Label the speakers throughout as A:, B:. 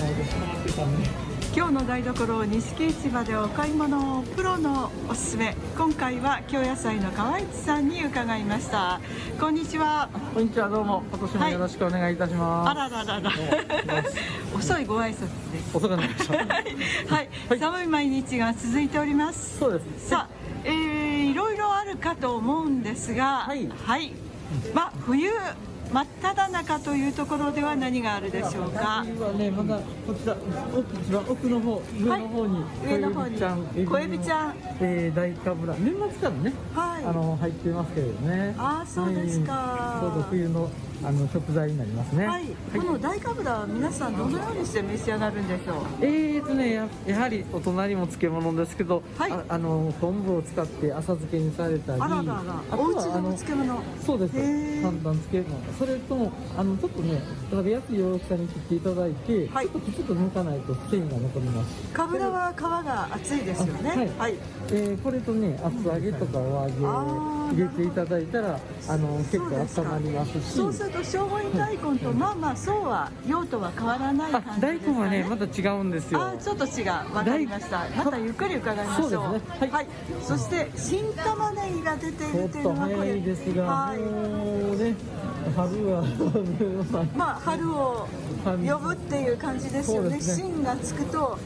A: 回ってたね
B: 今日の台所錦市場でお買い物をプロのおすすめ今回は京野菜の河市さんに伺いましたこんにちは
C: こんにちは、どうも、今年もよろしくお願いいたし
B: あ
C: ま
B: らららら遅いご挨拶です
C: す。遅くなりました。
B: はい、寒い毎日が続いております
C: そうです。
B: さあ、えーいろいろあるかと思うんですが、は、
C: はいい
B: まあ冬真っ只中というところでは何があるでしょうか。
C: 今はね、まだこちら奥一番奥の方、上の方に、
B: 上の方に小エビちゃん
C: えー、大かぶら、年末からね、
B: はい
C: あの入ってますけれどね。
B: あーそうですか
C: はいちょうど冬のあの食材になりますね。
B: はい、この大かぶらは皆さんどのようにして召し上がるんでしょう。
C: えーとね、ややはりお隣も漬物ですけど、
B: はい
C: ああの昆布を使って浅漬けにされたり
B: あららら
C: あ、とは
B: お家で
C: あ
B: お
C: の
B: 漬物。
C: そうです
B: へー
C: 簡単漬け物それともあのちょっとね食べやすい大きさに切っていただいて、
B: はい
C: ちょっときちっと抜かないと繊維が残ります
B: かぶらは皮が厚いですよね。
C: あはい
B: はい、
C: えーこれとね厚揚げとかお揚げ
B: あー
C: 入れていただいたらあの結
B: そうですか
C: 構温まりますし
B: そうすると聖護院大根とまあまあそうは用途は変わらない感
C: あ
B: じ
C: 大
B: ですか
C: 根
B: ね。
C: はねまた違うんですよ
B: あーちょっと違うわかりました
C: 大
B: またゆっくり伺いましょう
C: そうですねはい
B: そして新玉ねぎが出てい
C: ちょ
B: る
C: っ
B: というの
C: と
B: はこ
C: 早
B: れ
C: いですが、
B: はい
C: もうね春は
B: まあ春を呼ぶっていう感じですよ
C: そう
B: ね
C: ですね
B: 芯がつくと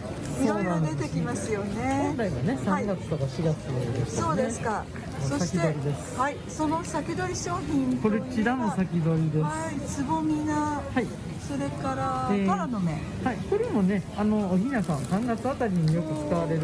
B: いろいろ出てきますよ
C: 本来
B: ね
C: はね
B: は
C: 3
B: い
C: 月とか4月です
B: そ
C: よ
B: う
C: ね、
B: ですかそして
C: 先取りです
B: はいその先取り商品
C: こちらも先取りです
B: はいつぼみな
C: はい
B: それから
C: えー
B: タラの芽
C: はい、これもね、あのおひなさん、3月あたりによく使われる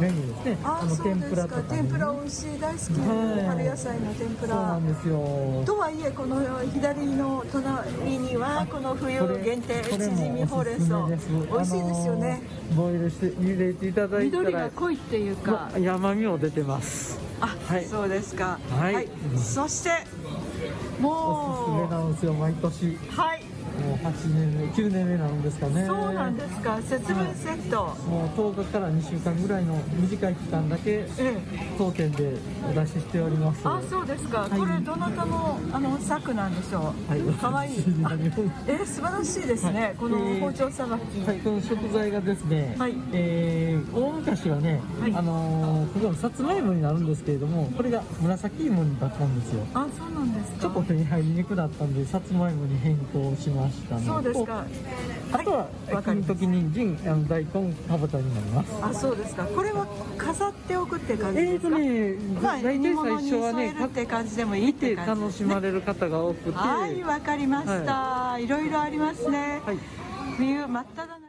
C: メニューですね。
B: あー
C: の
B: そうですか
C: にね
B: 天ぷら美味しい大好き
C: はい
B: 春野菜の天ぷ
C: そうな
B: ら
C: んですよ。
B: とはいえこの左の隣にはこの冬限定
C: こ
B: チ
C: れ
B: ヂミほうれん草
C: こ
B: 美
C: れ
B: 味
C: もおすすめで
B: しいで
C: す
B: すよね。
C: あのボイルして茹でていただいたら、
B: 緑が濃いっていうか
C: ま山味も出てます。
B: あ、
C: はい
B: そうですか
C: はい
B: そして
C: おすすめ
B: も
C: なんですよ、毎年。も
B: うはいう
C: 8年目、9年目なんですかね。
B: そうなんですか節分セット
C: もう10日から2週間ぐらいの短い期間だけ
B: ええ
C: 当店でお出ししております。
B: あそうですか、
C: はい
B: これどなたのあの作なんでしょう、
C: はい
B: かわいいあえー素晴らしいですね、
C: はい
B: この包丁さばき、
C: はい、この食材がですね、
B: はい
C: えー大昔はね、
B: はい
C: あのーここのさつまいもになるんですけれどもこれが紫芋だったんですよ
B: あそうなんですか
C: ちょっと手に入りにくだったんでさつまいもに変更しましたのと
B: そうですか
C: あとは
B: わかり
C: 金
B: ま
C: 時人参あの大根かぼちゃになります
B: あそうですかこれは飾っておくって感じ
C: え
B: で
C: ー
B: す
C: と
B: か、
C: ね、
B: まあ、
C: 大
B: 煮
C: 体最
B: 物に
C: 初は
B: 添え
C: ね、
B: るって
C: 買
B: 感じでもいいっ
C: って
B: て感じ
C: 楽
B: です
C: しま
B: ね
C: れる方が多くて、
B: はいわかりました、い、ろいろありますね、
C: はい
B: 冬真っ只中